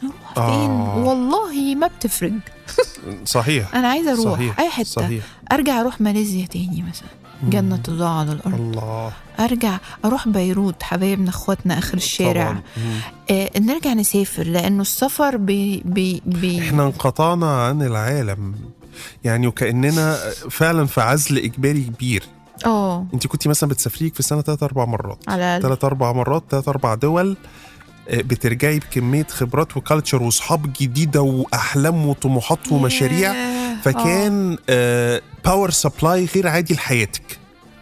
[SPEAKER 2] نروح فين
[SPEAKER 1] آه.
[SPEAKER 2] والله ما بتفرق
[SPEAKER 1] صحيح
[SPEAKER 2] انا عايزه اروح
[SPEAKER 1] صحيح.
[SPEAKER 2] اي حته
[SPEAKER 1] صحيح
[SPEAKER 2] ارجع اروح ماليزيا تاني مثلا
[SPEAKER 1] مم.
[SPEAKER 2] جنة تضاع على الأرض
[SPEAKER 1] الله
[SPEAKER 2] أرجع أروح بيروت حبايبنا إخواتنا آخر الشارع
[SPEAKER 1] طبعاً. مم.
[SPEAKER 2] آه نرجع نسافر لأنه السفر بي بي بي
[SPEAKER 1] احنا انقطعنا عن العالم يعني وكاننا فعلا في عزل اجباري كبير
[SPEAKER 2] آه
[SPEAKER 1] انت كنت مثلا بتسافريك في السنه ثلاث اربع مرات
[SPEAKER 2] على الأقل.
[SPEAKER 1] ثلاث اربع مرات ثلاث اربع دول آه، بترجعي بكميه خبرات وكالتشر واصحاب جديده واحلام وطموحات ومشاريع
[SPEAKER 2] ياه، آه.
[SPEAKER 1] فكان باور سبلاي غير عادي لحياتك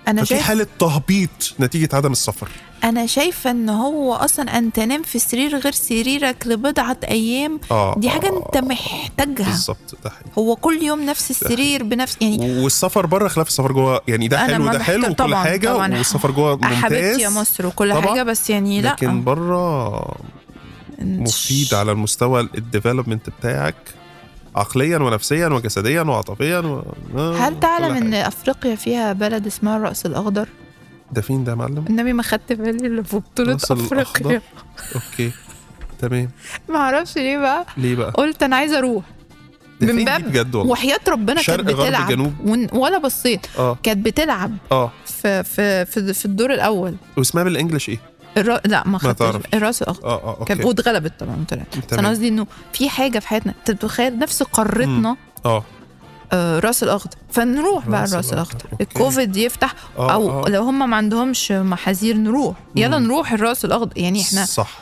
[SPEAKER 2] أنا
[SPEAKER 1] ففي
[SPEAKER 2] شايف
[SPEAKER 1] حاله تهبيط نتيجه عدم السفر
[SPEAKER 2] انا شايفه ان هو اصلا ان تنام في سرير غير سريرك لبضعه ايام
[SPEAKER 1] اه
[SPEAKER 2] دي حاجه
[SPEAKER 1] آه،
[SPEAKER 2] انت محتاجها
[SPEAKER 1] بالظبط ده حقيقي
[SPEAKER 2] هو كل يوم نفس السرير بنفس يعني
[SPEAKER 1] والسفر بره خلاف السفر جوه يعني ده
[SPEAKER 2] أنا
[SPEAKER 1] حلو
[SPEAKER 2] ما
[SPEAKER 1] ده حلو
[SPEAKER 2] بحت-
[SPEAKER 1] وكل
[SPEAKER 2] طبعاً-
[SPEAKER 1] حاجه
[SPEAKER 2] طبعاً.
[SPEAKER 1] والسفر جوه ممتاز
[SPEAKER 2] حبيبتي يا مصر وكل
[SPEAKER 1] طبعاً.
[SPEAKER 2] حاجه بس يعني لا
[SPEAKER 1] لكن بره مفيد على المستوى الديفلوبمنت بتاعك عقليا ونفسيا وجسديا وعاطفيا و... آه،
[SPEAKER 2] هل
[SPEAKER 1] كل
[SPEAKER 2] تعلم ان
[SPEAKER 1] حاجة.
[SPEAKER 2] افريقيا فيها بلد اسمها الراس الاخضر؟
[SPEAKER 1] ده فين ده يا معلم؟
[SPEAKER 2] النبي ما خدت بالي الا في بطوله
[SPEAKER 1] الرأس الأخضر؟
[SPEAKER 2] افريقيا
[SPEAKER 1] اوكي تمام
[SPEAKER 2] ما اعرفش ليه بقى
[SPEAKER 1] ليه بقى؟
[SPEAKER 2] قلت انا عايزه اروح
[SPEAKER 1] ده
[SPEAKER 2] من
[SPEAKER 1] فين دي
[SPEAKER 2] باب
[SPEAKER 1] بجد والله
[SPEAKER 2] وحياه ربنا كانت
[SPEAKER 1] شرق، غرب،
[SPEAKER 2] بتلعب
[SPEAKER 1] جنوب.
[SPEAKER 2] ون... ولا بصيت
[SPEAKER 1] اه
[SPEAKER 2] كانت بتلعب
[SPEAKER 1] اه
[SPEAKER 2] في في في, في الدور الاول
[SPEAKER 1] واسمها بالانجلش ايه؟
[SPEAKER 2] الر... لا ما خدتش
[SPEAKER 1] تعرفش.
[SPEAKER 2] الراس الاخضر
[SPEAKER 1] اه اه اوكي
[SPEAKER 2] كان واتغلبت طبعا طلعت بس انا
[SPEAKER 1] تمام.
[SPEAKER 2] قصدي انه في حاجه في حياتنا انت بتخيل نفس قارتنا
[SPEAKER 1] اه
[SPEAKER 2] آه راس الاخضر فنروح بقى
[SPEAKER 1] رأس
[SPEAKER 2] الراس
[SPEAKER 1] الأخضر،
[SPEAKER 2] الاخضر
[SPEAKER 1] أوكي.
[SPEAKER 2] الكوفيد يفتح
[SPEAKER 1] آه،
[SPEAKER 2] او
[SPEAKER 1] آه.
[SPEAKER 2] لو هم ما عندهمش محاذير نروح يلا
[SPEAKER 1] مم.
[SPEAKER 2] نروح الراس الاخضر يعني احنا
[SPEAKER 1] صح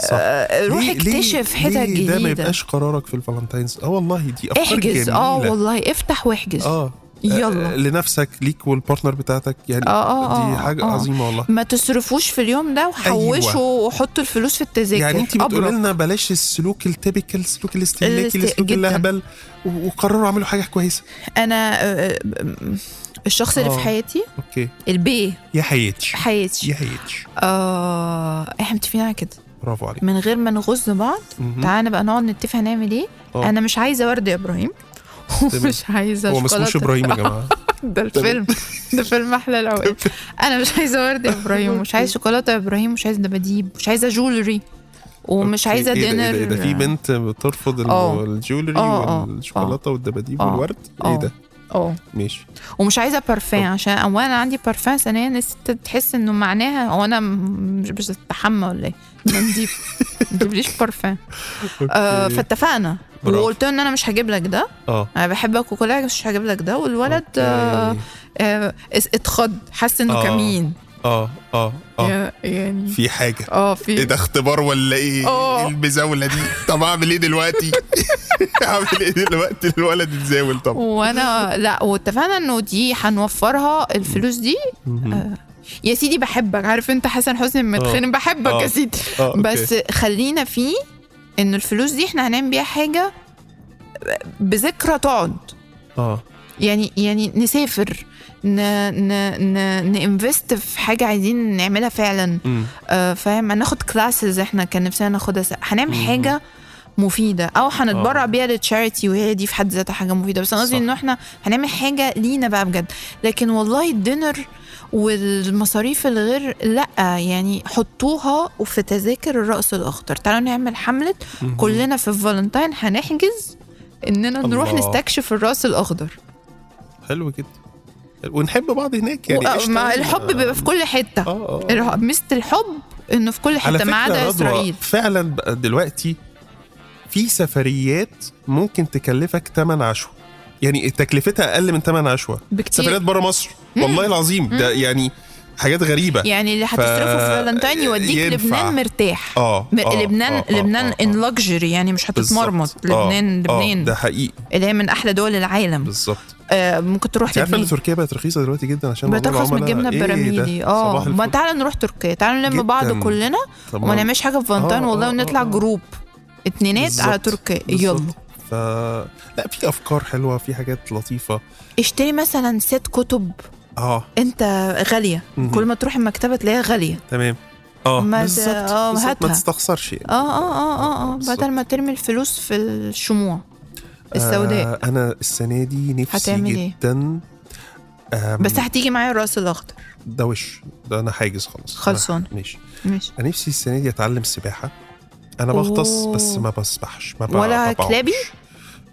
[SPEAKER 1] صح
[SPEAKER 2] آه، روح
[SPEAKER 1] ليه- ليه-
[SPEAKER 2] اكتشف حتت
[SPEAKER 1] ليه ده ما
[SPEAKER 2] جديده
[SPEAKER 1] يبقاش قرارك في الفالنتاينز اه والله دي افكار
[SPEAKER 2] احجز
[SPEAKER 1] جميله
[SPEAKER 2] اه والله افتح واحجز
[SPEAKER 1] اه
[SPEAKER 2] يلا.
[SPEAKER 1] آه، لنفسك ليك والبارتنر بتاعتك يعني
[SPEAKER 2] آه، آه،
[SPEAKER 1] دي
[SPEAKER 2] آه،
[SPEAKER 1] حاجه
[SPEAKER 2] آه.
[SPEAKER 1] عظيمه والله
[SPEAKER 2] ما تصرفوش في اليوم ده وحوشوا
[SPEAKER 1] أيوة.
[SPEAKER 2] وحطوا الفلوس في التذاكر
[SPEAKER 1] يعني انت بتقولي
[SPEAKER 2] أبرك.
[SPEAKER 1] لنا بلاش السلوك التبكال السلوك الاستهلاكي
[SPEAKER 2] الاست-
[SPEAKER 1] السلوك
[SPEAKER 2] جداً.
[SPEAKER 1] الاهبل و- وقرروا اعملوا حاجه كويسه
[SPEAKER 2] انا آه، آه، آه، الشخص اللي في
[SPEAKER 1] آه.
[SPEAKER 2] حياتي
[SPEAKER 1] اوكي
[SPEAKER 2] البي
[SPEAKER 1] يا حياتي
[SPEAKER 2] حياتي
[SPEAKER 1] يا حياتي
[SPEAKER 2] آه احنا متفقين على كده
[SPEAKER 1] برافو عليك
[SPEAKER 2] من غير ما نغز بعض
[SPEAKER 1] مهم.
[SPEAKER 2] تعالى بقى نقعد نتفق هنعمل ايه
[SPEAKER 1] آه.
[SPEAKER 2] انا مش عايزه ورد يا ابراهيم ومش عايزه
[SPEAKER 1] هو ما
[SPEAKER 2] شوكولاته
[SPEAKER 1] اسموش ابراهيم يا جماعه
[SPEAKER 2] ده الفيلم ده فيلم احلى العقاب انا مش عايزه ورد يا ابراهيم مش عايزه شوكولاته يا ابراهيم مش عايزه دباديب مش عايزه جولري ومش
[SPEAKER 1] أوكي.
[SPEAKER 2] عايزه
[SPEAKER 1] إيه ده- إيه ده-
[SPEAKER 2] دينر
[SPEAKER 1] إيه ده في بنت بترفض الم-
[SPEAKER 2] آه.
[SPEAKER 1] الجولري
[SPEAKER 2] آه، آه،
[SPEAKER 1] والشوكولاته والدباديب
[SPEAKER 2] آه.
[SPEAKER 1] والورد ايه
[SPEAKER 2] آه.
[SPEAKER 1] ده
[SPEAKER 2] اه
[SPEAKER 1] ماشي
[SPEAKER 2] ومش عايزه بارفان عشان اولا عندي بارفان ثانيا الست تحس انه معناها هو انا م- مش مش بستحمى ولا ايه أنا نضيف ما تجيبليش بارفان آه
[SPEAKER 1] أوكي.
[SPEAKER 2] فاتفقنا
[SPEAKER 1] إيه. برافو.
[SPEAKER 2] وقلت له ان انا مش هجيب لك ده
[SPEAKER 1] اه
[SPEAKER 2] انا بحبك وكل حاجه بس مش هجيب لك ده والولد آه
[SPEAKER 1] أوكي.
[SPEAKER 2] آه اس- اتخض حس انه
[SPEAKER 1] آه.
[SPEAKER 2] كمين
[SPEAKER 1] اه اه اه
[SPEAKER 2] يا- يعني
[SPEAKER 1] في حاجه
[SPEAKER 2] اه
[SPEAKER 1] ايه
[SPEAKER 2] في
[SPEAKER 1] ده اختبار ولا ايه؟
[SPEAKER 2] آه.
[SPEAKER 1] إيه المزاوله دي؟ طب اعمل ايه دلوقتي؟ اعمل ايه دلوقتي؟ الولد اتزاول آه، طبعا
[SPEAKER 2] وانا لا واتفقنا انه دي هنوفرها الفلوس دي آه، يا سيدي بحبك عارف انت حسن حسني لما
[SPEAKER 1] آه.
[SPEAKER 2] يتخانق بحبك
[SPEAKER 1] آه.
[SPEAKER 2] يا سيدي
[SPEAKER 1] آه، أوكي.
[SPEAKER 2] بس خلينا فيه ان الفلوس دي احنا هنعمل بيها حاجه بذكرى تقعد
[SPEAKER 1] اه
[SPEAKER 2] يعني يعني نسافر ن ن ن نinvest في حاجه عايزين نعملها فعلا
[SPEAKER 1] أمم.
[SPEAKER 2] آه، فاهم ناخد كلاسز احنا كان نفسنا ناخدها س- هنعمل
[SPEAKER 1] مم.
[SPEAKER 2] حاجه مفيده او هنتبرع
[SPEAKER 1] آه.
[SPEAKER 2] بيها لتشاريتي وهي دي في حد ذاتها حاجه مفيده بس انا قصدي
[SPEAKER 1] صح.
[SPEAKER 2] انه احنا هنعمل حاجه لينا بقى بجد لكن والله الدينر والمصاريف الغير لا يعني حطوها وفي تذاكر الرأس الاخضر تعالوا نعمل حمله
[SPEAKER 1] مم.
[SPEAKER 2] كلنا في الفالنتاين هنحجز اننا نروح
[SPEAKER 1] الله.
[SPEAKER 2] نستكشف الرأس الاخضر
[SPEAKER 1] حلو جدا ونحب بعض هناك يعني
[SPEAKER 2] و-
[SPEAKER 1] قشطة
[SPEAKER 2] مع
[SPEAKER 1] يعني.
[SPEAKER 2] آه، الحب بيبقى في كل حته
[SPEAKER 1] اه اه
[SPEAKER 2] الح- ميزه الحب انه في كل
[SPEAKER 1] على
[SPEAKER 2] حته ما
[SPEAKER 1] فكره
[SPEAKER 2] عدا
[SPEAKER 1] رضوى
[SPEAKER 2] اسرائيل
[SPEAKER 1] فعلا بقى دلوقتي في سفريات ممكن تكلفك ثمن عشوة يعني تكلفتها اقل من ثمن عشوة
[SPEAKER 2] بكتير
[SPEAKER 1] سفريات بره مصر والله العظيم ده يعني حاجات غريبه
[SPEAKER 2] يعني اللي هتصرفه في فالنتاين يوديك
[SPEAKER 1] ينفع.
[SPEAKER 2] لبنان مرتاح
[SPEAKER 1] اه
[SPEAKER 2] م-
[SPEAKER 1] آه،
[SPEAKER 2] لبنان
[SPEAKER 1] آه، آه،
[SPEAKER 2] لبنان
[SPEAKER 1] آه، آه.
[SPEAKER 2] ان لوكسجري يعني مش
[SPEAKER 1] بالظبط.
[SPEAKER 2] هتتمرمط
[SPEAKER 1] آه،
[SPEAKER 2] لبنان
[SPEAKER 1] آه،
[SPEAKER 2] لبنان
[SPEAKER 1] ده حقيقي
[SPEAKER 2] اللي هي من احلى دول العالم
[SPEAKER 1] بالظبط
[SPEAKER 2] آه ممكن تروح
[SPEAKER 1] انت عارفه ان
[SPEAKER 2] لبنان
[SPEAKER 1] تركيا بقت رخيصه دلوقتي جدا عشان موضوع
[SPEAKER 2] بترخص من
[SPEAKER 1] العملة.
[SPEAKER 2] الجبنه
[SPEAKER 1] إيه ده؟
[SPEAKER 2] البراميدي اه
[SPEAKER 1] صباح
[SPEAKER 2] ما
[SPEAKER 1] الفل.
[SPEAKER 2] تعالى نروح تركيا تعالى نلم بعض
[SPEAKER 1] جداً.
[SPEAKER 2] كلنا
[SPEAKER 1] طب
[SPEAKER 2] وما نعملش حاجه في فالنتاين
[SPEAKER 1] آه،
[SPEAKER 2] والله
[SPEAKER 1] آه،
[SPEAKER 2] ونطلع
[SPEAKER 1] آه.
[SPEAKER 2] جروب اتنينات على
[SPEAKER 1] بالظبط.
[SPEAKER 2] تركيا
[SPEAKER 1] بالظبط.
[SPEAKER 2] يلا
[SPEAKER 1] ف لا في افكار حلوه في حاجات لطيفه
[SPEAKER 2] اشتري مثلا ست كتب
[SPEAKER 1] اه
[SPEAKER 2] انت غاليه
[SPEAKER 1] مهم.
[SPEAKER 2] كل ما تروح المكتبه تلاقيها غاليه
[SPEAKER 1] تمام اه
[SPEAKER 2] ما ت-
[SPEAKER 1] بالظبط
[SPEAKER 2] آه،
[SPEAKER 1] بالظبط. ما
[SPEAKER 2] هاتها.
[SPEAKER 1] تستخسرش يعني
[SPEAKER 2] اه اه اه اه اه
[SPEAKER 1] بالظبط.
[SPEAKER 2] بدل ما ترمي الفلوس في الشموع السوداء
[SPEAKER 1] آه انا السنه دي نفسي
[SPEAKER 2] هتعمل إيه؟
[SPEAKER 1] جدا آم،
[SPEAKER 2] بس هتيجي معايا الراس الاخضر
[SPEAKER 1] ده وش ده انا حاجز خلاص أنا-
[SPEAKER 2] خلصان.
[SPEAKER 1] ماشي
[SPEAKER 2] ماشي
[SPEAKER 1] انا نفسي السنه دي اتعلم سباحه انا بغطس
[SPEAKER 2] أوه.
[SPEAKER 1] بس ما بسبحش ما ب-
[SPEAKER 2] ولا
[SPEAKER 1] ما بعومش.
[SPEAKER 2] كلابي؟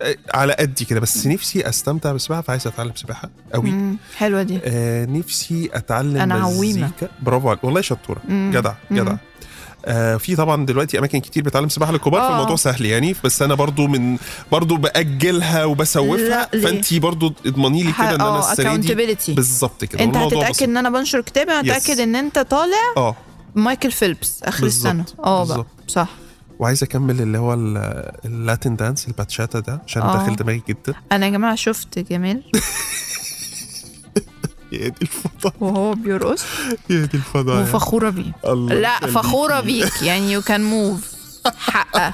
[SPEAKER 1] آه، على قدي كده بس نفسي استمتع بالسباحه فعايز اتعلم سباحه قوي
[SPEAKER 2] مم، حلوه دي
[SPEAKER 1] آه نفسي اتعلم
[SPEAKER 2] أنا عويمة.
[SPEAKER 1] مزيكا برافو عليك والله شطوره
[SPEAKER 2] مم،
[SPEAKER 1] جدع
[SPEAKER 2] مم.
[SPEAKER 1] جدع آه في طبعا دلوقتي اماكن كتير بتعلم سباحه للكبار
[SPEAKER 2] آه.
[SPEAKER 1] فالموضوع سهل يعني بس انا برضو من برضو باجلها وبسوفها
[SPEAKER 2] لا، ليه؟ آه،
[SPEAKER 1] فانت برضو اضمني لي كده ان انا السنه دي
[SPEAKER 2] اكاونتبيلتي
[SPEAKER 1] بالظبط كده
[SPEAKER 2] انت
[SPEAKER 1] والموضوع
[SPEAKER 2] هتتاكد ان انا بنشر كتابي هتاكد ان انت طالع
[SPEAKER 1] بسيط. اه
[SPEAKER 2] مايكل فيلبس اخر السنه
[SPEAKER 1] بالظبط،
[SPEAKER 2] اه بقى
[SPEAKER 1] بالظبط.
[SPEAKER 2] صح
[SPEAKER 1] وعايز اكمل اللي هو ال- اللاتين دانس الباتشاتا ده عشان
[SPEAKER 2] آه.
[SPEAKER 1] داخل دماغي جدا
[SPEAKER 2] انا يا جماعه شفت جمال
[SPEAKER 1] يا دي الفضايح
[SPEAKER 2] وهو بيرقص
[SPEAKER 1] يا دي الفضايح
[SPEAKER 2] وفخوره بيه
[SPEAKER 1] طيب. الله
[SPEAKER 2] لا
[SPEAKER 1] يخليك.
[SPEAKER 2] فخوره بيك يعني يو كان موف حقق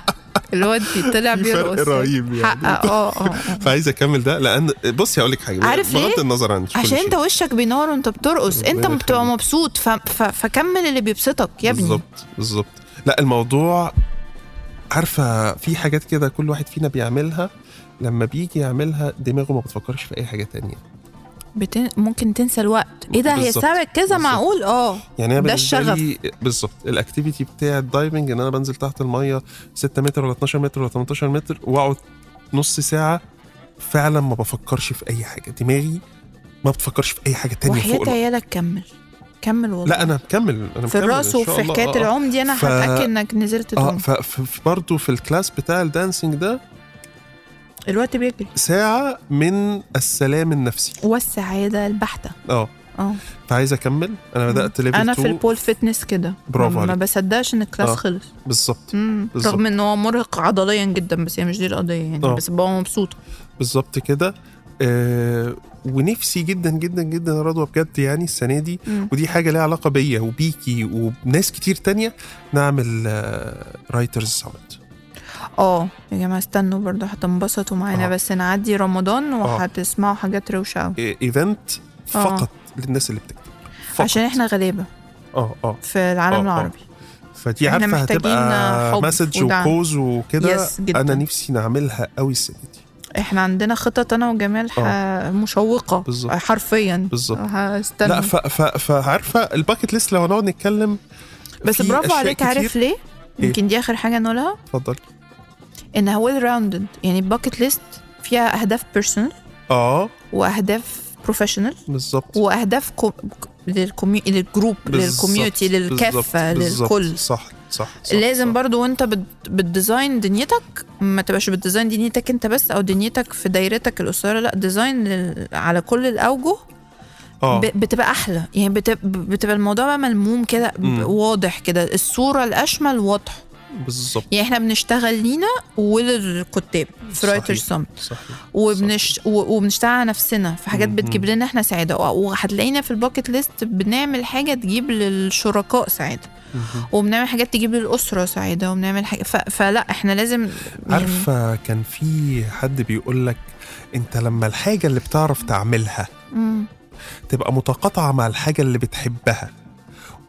[SPEAKER 2] الواد دي طلع
[SPEAKER 1] في فرق
[SPEAKER 2] بيرقص
[SPEAKER 1] رهيب يعني.
[SPEAKER 2] حقق اه اه آه.
[SPEAKER 1] فعايز اكمل ده لان بصي هقول لك حاجه
[SPEAKER 2] عارف ليه؟
[SPEAKER 1] بغض النظر عن كل
[SPEAKER 2] عشان
[SPEAKER 1] شيء.
[SPEAKER 2] انت وشك بينور وانت بترقص انت
[SPEAKER 1] ربنا
[SPEAKER 2] بتبقى
[SPEAKER 1] يخليك.
[SPEAKER 2] مبسوط ف... ف... فكمل اللي بيبسطك يا ابني
[SPEAKER 1] بالظبط بالظبط لا الموضوع عارفه في حاجات كده كل واحد فينا بيعملها لما بيجي يعملها دماغه ما بتفكرش في اي حاجه تانية
[SPEAKER 2] بتن... ممكن تنسى الوقت ايه ده هي
[SPEAKER 1] بالظبط.
[SPEAKER 2] الساعه كذا
[SPEAKER 1] بالظبط.
[SPEAKER 2] معقول اه
[SPEAKER 1] يعني انا
[SPEAKER 2] ده
[SPEAKER 1] بالنسبه
[SPEAKER 2] الشغف.
[SPEAKER 1] لي بالظبط الاكتيفيتي بتاع الدايفنج ان انا بنزل تحت الميه 6 متر ولا 12 متر ولا 18 متر واقعد نص ساعه فعلا ما بفكرش في اي حاجه دماغي ما بتفكرش في اي حاجه تانية فوق
[SPEAKER 2] وحياة
[SPEAKER 1] الوقت.
[SPEAKER 2] عيالك كمل كمل والله
[SPEAKER 1] لا انا مكمل انا مكمل
[SPEAKER 2] في
[SPEAKER 1] إن
[SPEAKER 2] الراس
[SPEAKER 1] شاء
[SPEAKER 2] وفي
[SPEAKER 1] الله.
[SPEAKER 2] حكايه
[SPEAKER 1] آه، آه.
[SPEAKER 2] العوم دي انا
[SPEAKER 1] ف-
[SPEAKER 2] هتاكد انك نزلت
[SPEAKER 1] اه
[SPEAKER 2] تعوم
[SPEAKER 1] فبرضه في الكلاس بتاع الدانسينج ده
[SPEAKER 2] الوقت بيجري
[SPEAKER 1] ساعه من السلام النفسي
[SPEAKER 2] والسعاده البحته
[SPEAKER 1] اه
[SPEAKER 2] اه
[SPEAKER 1] فعايز اكمل انا بدات ليفل
[SPEAKER 2] انا في
[SPEAKER 1] 2
[SPEAKER 2] البول فيتنس كده
[SPEAKER 1] برافو
[SPEAKER 2] ما- ما
[SPEAKER 1] عليك.
[SPEAKER 2] بصدقش ان الكلاس
[SPEAKER 1] آه.
[SPEAKER 2] خلص
[SPEAKER 1] بالظبط
[SPEAKER 2] مم.
[SPEAKER 1] بالظبط.
[SPEAKER 2] رغم ان هو مرهق عضليا جدا بس هي مش دي القضيه يعني
[SPEAKER 1] آه.
[SPEAKER 2] بس ببقى مبسوطه
[SPEAKER 1] بالظبط كده آه ونفسي جدا جدا جدا يا رضوى بجد يعني السنه دي
[SPEAKER 2] مم.
[SPEAKER 1] ودي حاجه ليها علاقه بيا وبيكي وبناس كتير تانية نعمل آه، رايترز سمت
[SPEAKER 2] اه يا جماعه استنوا برضه هتنبسطوا معانا
[SPEAKER 1] آه.
[SPEAKER 2] بس نعدي رمضان
[SPEAKER 1] آه.
[SPEAKER 2] وهتسمعوا حاجات روشه قوي
[SPEAKER 1] ايفنت إيه، فقط للناس اللي بتكتب فقط.
[SPEAKER 2] آه. عشان احنا غلابه
[SPEAKER 1] اه اه
[SPEAKER 2] في العالم
[SPEAKER 1] آه، آه.
[SPEAKER 2] العربي
[SPEAKER 1] فدي
[SPEAKER 2] إحنا
[SPEAKER 1] عارفه
[SPEAKER 2] محتاجين آه،
[SPEAKER 1] هتبقى
[SPEAKER 2] حب
[SPEAKER 1] مسج
[SPEAKER 2] ودعم.
[SPEAKER 1] وكوز وكده
[SPEAKER 2] يس جدا.
[SPEAKER 1] انا نفسي نعملها قوي السنه دي
[SPEAKER 2] احنا عندنا خطط انا وجمال ح... مشوقه
[SPEAKER 1] آه. بالظبط.
[SPEAKER 2] حرفيا
[SPEAKER 1] بالظبط.
[SPEAKER 2] هستنى
[SPEAKER 1] لا ف- ف- فعارفه الباكت ليست لو هنقعد نتكلم
[SPEAKER 2] بس
[SPEAKER 1] في
[SPEAKER 2] برافو
[SPEAKER 1] أشياء
[SPEAKER 2] عليك
[SPEAKER 1] كتير.
[SPEAKER 2] عارف ليه؟
[SPEAKER 1] إيه؟
[SPEAKER 2] يمكن دي اخر حاجه نقولها
[SPEAKER 1] اتفضل
[SPEAKER 2] انها ويل راوندد يعني الباكت ليست فيها اهداف بيرسونال
[SPEAKER 1] اه
[SPEAKER 2] واهداف بروفيشنال
[SPEAKER 1] بالظبط
[SPEAKER 2] واهداف كو... للكومي... للجروب
[SPEAKER 1] بالظبط،
[SPEAKER 2] للكوميونتي للكافه
[SPEAKER 1] بالظبط،
[SPEAKER 2] للكل
[SPEAKER 1] صح صح, صح
[SPEAKER 2] لازم
[SPEAKER 1] صح.
[SPEAKER 2] برضو وانت بت- بتديزاين دنيتك ما تبقاش بتديزاين دنيتك انت بس او دنيتك في دايرتك القصيره لا ديزاين لل... على كل الاوجه
[SPEAKER 1] اه
[SPEAKER 2] ب... بتبقى احلى يعني بت... بتبقى الموضوع بقى ملموم كده ب-
[SPEAKER 1] مم.
[SPEAKER 2] واضح كده الصوره الاشمل واضحه
[SPEAKER 1] بالظبط
[SPEAKER 2] يعني احنا بنشتغل لينا وللكتاب في
[SPEAKER 1] صحيح.
[SPEAKER 2] رايترز سم
[SPEAKER 1] صح
[SPEAKER 2] وبنش و- وبنشتغل على نفسنا في حاجات
[SPEAKER 1] مم.
[SPEAKER 2] بتجيب لنا احنا سعاده و- وهتلاقينا في الباكت ليست بنعمل حاجه تجيب للشركاء سعاده وبنعمل حاجات تجيب للاسره سعاده وبنعمل حاجة ف... فلا احنا لازم يعني
[SPEAKER 1] عارفه كان في حد بيقول لك انت لما الحاجه اللي بتعرف تعملها
[SPEAKER 2] مم.
[SPEAKER 1] تبقى متقاطعه مع الحاجه اللي بتحبها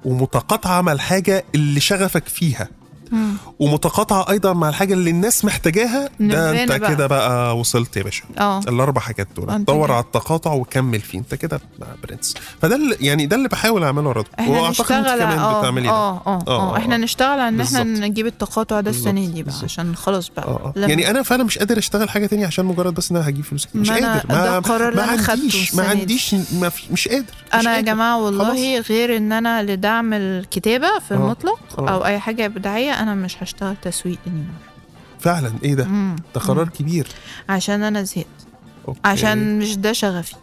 [SPEAKER 1] ومتقاطعه مع الحاجه اللي شغفك فيها
[SPEAKER 2] مم.
[SPEAKER 1] ومتقاطعه ايضا مع الحاجه اللي الناس محتاجاها ده
[SPEAKER 2] نبهنا
[SPEAKER 1] انت
[SPEAKER 2] بقى.
[SPEAKER 1] كده بقى وصلت يا باشا
[SPEAKER 2] اه
[SPEAKER 1] الاربع حاجات دول
[SPEAKER 2] أنت
[SPEAKER 1] دور
[SPEAKER 2] كده.
[SPEAKER 1] على التقاطع وكمل فيه انت كده بقى برنس فده اللي يعني ده اللي بحاول اعمله رضا
[SPEAKER 2] احنا نشتغل
[SPEAKER 1] كمان
[SPEAKER 2] اه
[SPEAKER 1] بتعملي ده
[SPEAKER 2] اه اه
[SPEAKER 1] آه،
[SPEAKER 2] اه
[SPEAKER 1] آه.
[SPEAKER 2] احنا نشتغل على ان احنا
[SPEAKER 1] بالظبط.
[SPEAKER 2] نجيب التقاطع ده السنه
[SPEAKER 1] بالظبط،
[SPEAKER 2] دي بقى
[SPEAKER 1] بالظبط.
[SPEAKER 2] عشان خلاص بقى
[SPEAKER 1] اه آه.
[SPEAKER 2] لما-
[SPEAKER 1] يعني انا فعلا مش قادر اشتغل حاجه تانية عشان مجرد بس ان انا هجيب فلوس كتير. مش
[SPEAKER 2] ما أنا
[SPEAKER 1] قادر ما
[SPEAKER 2] ده القرار اللي
[SPEAKER 1] ما
[SPEAKER 2] أنا خدته
[SPEAKER 1] عنديش ما
[SPEAKER 2] السنة دي.
[SPEAKER 1] عنديش ما في مش قادر مش
[SPEAKER 2] انا يا
[SPEAKER 1] قادر.
[SPEAKER 2] جماعه والله غير ان انا لدعم الكتابه في
[SPEAKER 1] آه،
[SPEAKER 2] المطلق
[SPEAKER 1] آه.
[SPEAKER 2] او اي حاجه ابداعيه انا مش هشتغل تسويق anymore.
[SPEAKER 1] فعلا ايه ده
[SPEAKER 2] مم.
[SPEAKER 1] ده قرار
[SPEAKER 2] مم.
[SPEAKER 1] كبير
[SPEAKER 2] عشان انا زهقت
[SPEAKER 1] أوكي.
[SPEAKER 2] عشان مش ده شغفي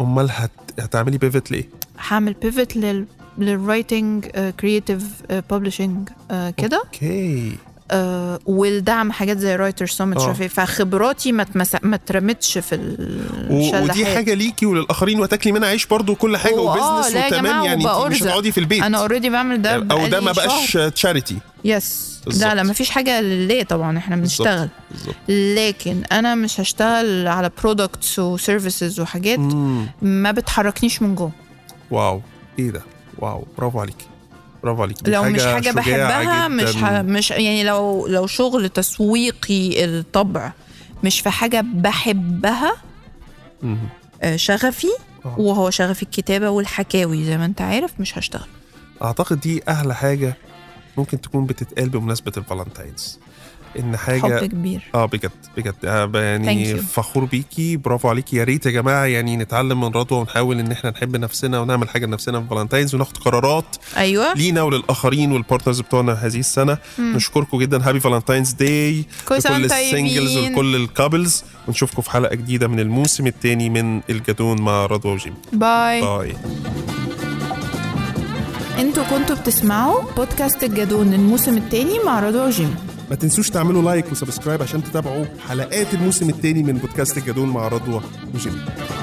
[SPEAKER 1] امال هت... هتعملي بيفت لايه
[SPEAKER 2] هعمل بيفت لل آه، للرايتنج كرييتيف ببلشنج آه، كده
[SPEAKER 1] اوكي
[SPEAKER 2] آه، والدعم حاجات زي رايتر سمت
[SPEAKER 1] آه.
[SPEAKER 2] شافي فخبراتي ما اتمس- ما اترمتش في
[SPEAKER 1] و...
[SPEAKER 2] الشلة
[SPEAKER 1] ودي حاجه ليكي وللاخرين وتاكلي منها عيش برضو كل حاجه
[SPEAKER 2] وآه،
[SPEAKER 1] وبزنس
[SPEAKER 2] لا يا
[SPEAKER 1] وتمام
[SPEAKER 2] جماعة،
[SPEAKER 1] يعني انت مش
[SPEAKER 2] وبأرزق.
[SPEAKER 1] هتقعدي في البيت
[SPEAKER 2] انا اوريدي بعمل ده
[SPEAKER 1] او ده ما بقاش تشاريتي
[SPEAKER 2] يس
[SPEAKER 1] بالظبط.
[SPEAKER 2] لا لا ما فيش حاجه ليه طبعا احنا
[SPEAKER 1] بالظبط.
[SPEAKER 2] بنشتغل
[SPEAKER 1] بالظبط
[SPEAKER 2] لكن انا مش هشتغل على برودكتس وسيرفيسز وحاجات
[SPEAKER 1] مم.
[SPEAKER 2] ما بتحركنيش من جوه
[SPEAKER 1] واو ايه ده واو برافو عليكي برافو عليكي دي
[SPEAKER 2] لو مش حاجه
[SPEAKER 1] شجاعة
[SPEAKER 2] بحبها مش ه...
[SPEAKER 1] جداً.
[SPEAKER 2] مش يعني لو لو شغل تسويقي الطبع مش في حاجه بحبها
[SPEAKER 1] مم.
[SPEAKER 2] آه، شغفي
[SPEAKER 1] آه.
[SPEAKER 2] وهو شغف الكتابه والحكاوي زي ما انت عارف مش هشتغل
[SPEAKER 1] اعتقد دي احلى حاجه ممكن تكون بتتقال بمناسبه الفالنتاينز ان
[SPEAKER 2] حب
[SPEAKER 1] حاجه
[SPEAKER 2] كبير
[SPEAKER 1] اه بجد بجد آه، يعني
[SPEAKER 2] Thank you.
[SPEAKER 1] فخور بيكي برافو عليكي يا ريت يا جماعه يعني نتعلم من رضوى ونحاول ان احنا نحب نفسنا ونعمل حاجه لنفسنا في فالنتاينز وناخد قرارات
[SPEAKER 2] ايوه
[SPEAKER 1] لينا وللاخرين والبارتنرز بتوعنا هذه السنه
[SPEAKER 2] مم.
[SPEAKER 1] نشكركم جدا هابي فالنتاينز داي
[SPEAKER 2] كل سنة
[SPEAKER 1] لكل
[SPEAKER 2] وانتم
[SPEAKER 1] السنجلز
[SPEAKER 2] طيبين.
[SPEAKER 1] ولكل الكابلز ونشوفكم في حلقه جديده من الموسم الثاني من الجدون مع رضوى وجيمي
[SPEAKER 2] باي
[SPEAKER 1] باي
[SPEAKER 2] انتوا كنتوا بتسمعوا بودكاست الجدون الموسم الثاني مع رضوى وجيم
[SPEAKER 1] ما تنسوش تعملوا لايك وسبسكرايب عشان تتابعوا حلقات الموسم الثاني من بودكاست الجدون مع رضوى وجيمي